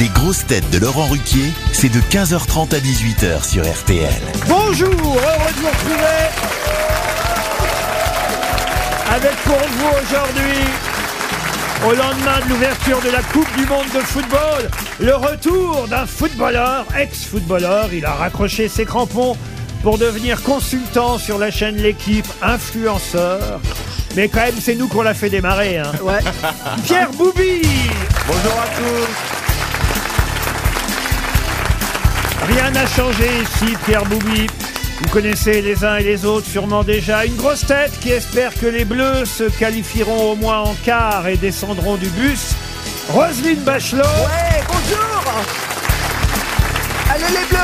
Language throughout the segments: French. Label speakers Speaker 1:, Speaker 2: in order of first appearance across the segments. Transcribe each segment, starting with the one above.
Speaker 1: Les grosses têtes de Laurent Ruquier, c'est de 15h30 à 18h sur RTL.
Speaker 2: Bonjour, heureux de vous retrouver avec pour vous aujourd'hui, au lendemain de l'ouverture de la Coupe du Monde de football, le retour d'un footballeur, ex-footballeur. Il a raccroché ses crampons pour devenir consultant sur la chaîne L'équipe, influenceur. Mais quand même, c'est nous qu'on l'a fait démarrer. hein. Pierre Boubi
Speaker 3: Bonjour à tous.
Speaker 2: Rien n'a changé ici, Pierre Boubi. Vous connaissez les uns et les autres sûrement déjà. Une grosse tête qui espère que les Bleus se qualifieront au moins en quart et descendront du bus. Roselyne Bachelot.
Speaker 3: Ouais, bonjour. Allez les bleus.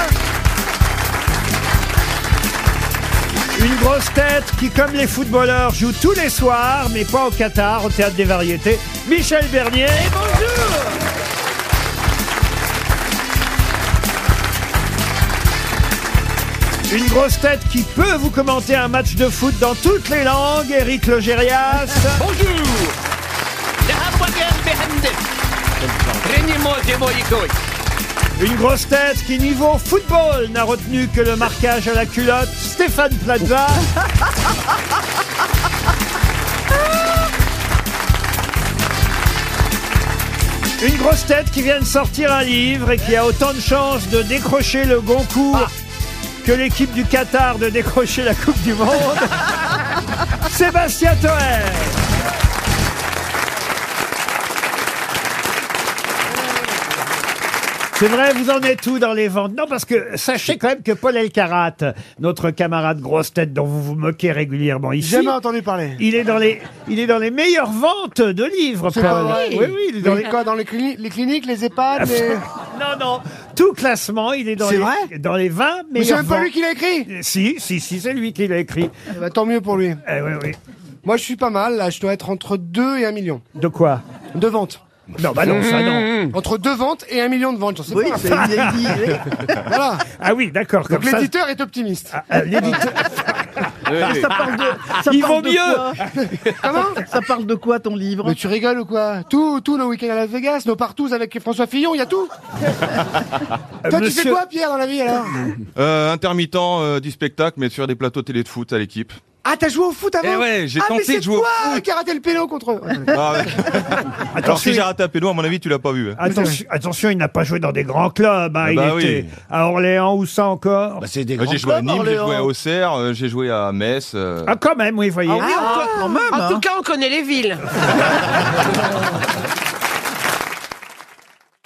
Speaker 2: Une grosse tête qui, comme les footballeurs, joue tous les soirs, mais pas au Qatar, au Théâtre des Variétés. Michel Bernier. Et bonjour Une grosse tête qui peut vous commenter un match de foot dans toutes les langues, Eric Logérias.
Speaker 4: Bonjour لهفوة قلبي عندك ريني موتي بويكوي
Speaker 2: Une grosse tête qui, niveau football, n'a retenu que le marquage à la culotte, Stéphane Plaza. Une grosse tête qui vient de sortir un livre et qui a autant de chances de décrocher le Goncourt
Speaker 5: Ah.
Speaker 2: que l'équipe du Qatar de décrocher la Coupe du Monde, Sébastien Toer. C'est vrai, vous en êtes tout dans les ventes. Non, parce que sachez quand même que Paul Elkarat, notre camarade grosse tête dont vous vous moquez régulièrement ici,
Speaker 5: Jamais entendu parler.
Speaker 2: il est dans les, il est dans les meilleures ventes de livres.
Speaker 5: C'est
Speaker 2: Paul.
Speaker 5: pas vrai.
Speaker 2: Oui, oui, il est dans les-
Speaker 5: les, quoi, dans les, clini- les cliniques, les EHPAD, les...
Speaker 2: Non, non, tout classement, il est dans
Speaker 5: C'est
Speaker 2: les,
Speaker 5: vrai
Speaker 2: dans les 20
Speaker 5: Mais c'est
Speaker 2: meilleures
Speaker 5: même pas lui
Speaker 2: ventes.
Speaker 5: qui l'a écrit
Speaker 2: Si, si, si, c'est lui qui l'a écrit.
Speaker 5: Eh ben, Tant mieux pour lui.
Speaker 2: Eh oui, oui.
Speaker 5: Moi, je suis pas mal, là, je dois être entre 2 et 1 million
Speaker 2: De quoi
Speaker 5: de ventes.
Speaker 2: Non, bah non, ça non.
Speaker 5: Entre 2 ventes et 1 million de ventes, j'en sais pas. Voilà.
Speaker 2: Ah oui, d'accord. Comme
Speaker 5: Donc
Speaker 2: ça.
Speaker 5: l'éditeur est optimiste.
Speaker 2: euh, l'éditeur- Il vaut mieux.
Speaker 5: Comment
Speaker 6: Ça parle de quoi ton livre
Speaker 5: Mais tu rigoles ou quoi Tout, tout, nos week-ends à Las Vegas, nos partous avec François Fillon, il y a tout. Toi, tu fais
Speaker 2: Euh, Monsieur-
Speaker 5: quoi, Pierre, dans la vie, alors
Speaker 7: Euh, intermittent euh, du spectacle, mais sur des plateaux télé de foot à l'équipe.
Speaker 5: Ah, t'as joué au foot avant
Speaker 7: Eh ouais, j'ai
Speaker 5: ah,
Speaker 7: tenté
Speaker 5: mais
Speaker 7: de jouer au
Speaker 5: c'est toi qui a raté le pélo contre eux.
Speaker 7: Ah ouais. Alors si j'ai raté un pédo, à mon avis, tu l'as pas
Speaker 5: Ah,
Speaker 7: vu. hein.
Speaker 2: Attention, attention, il n'a pas joué dans des grands clubs. hein.
Speaker 7: Ah
Speaker 2: il
Speaker 7: bah oui.
Speaker 2: était à Orléans, où ça encore
Speaker 5: Bah,
Speaker 8: C'est des
Speaker 7: Euh,
Speaker 8: grands
Speaker 7: J'ai joué à
Speaker 8: clubs,
Speaker 7: Nîmes, j'ai
Speaker 8: Orléans.
Speaker 7: joué à Auxerre, euh, j'ai joué à Metz. euh.
Speaker 2: Ah, quand même, oui, voyez.
Speaker 6: Ah, quand même,
Speaker 4: En
Speaker 6: hein.
Speaker 4: tout cas, on connaît les villes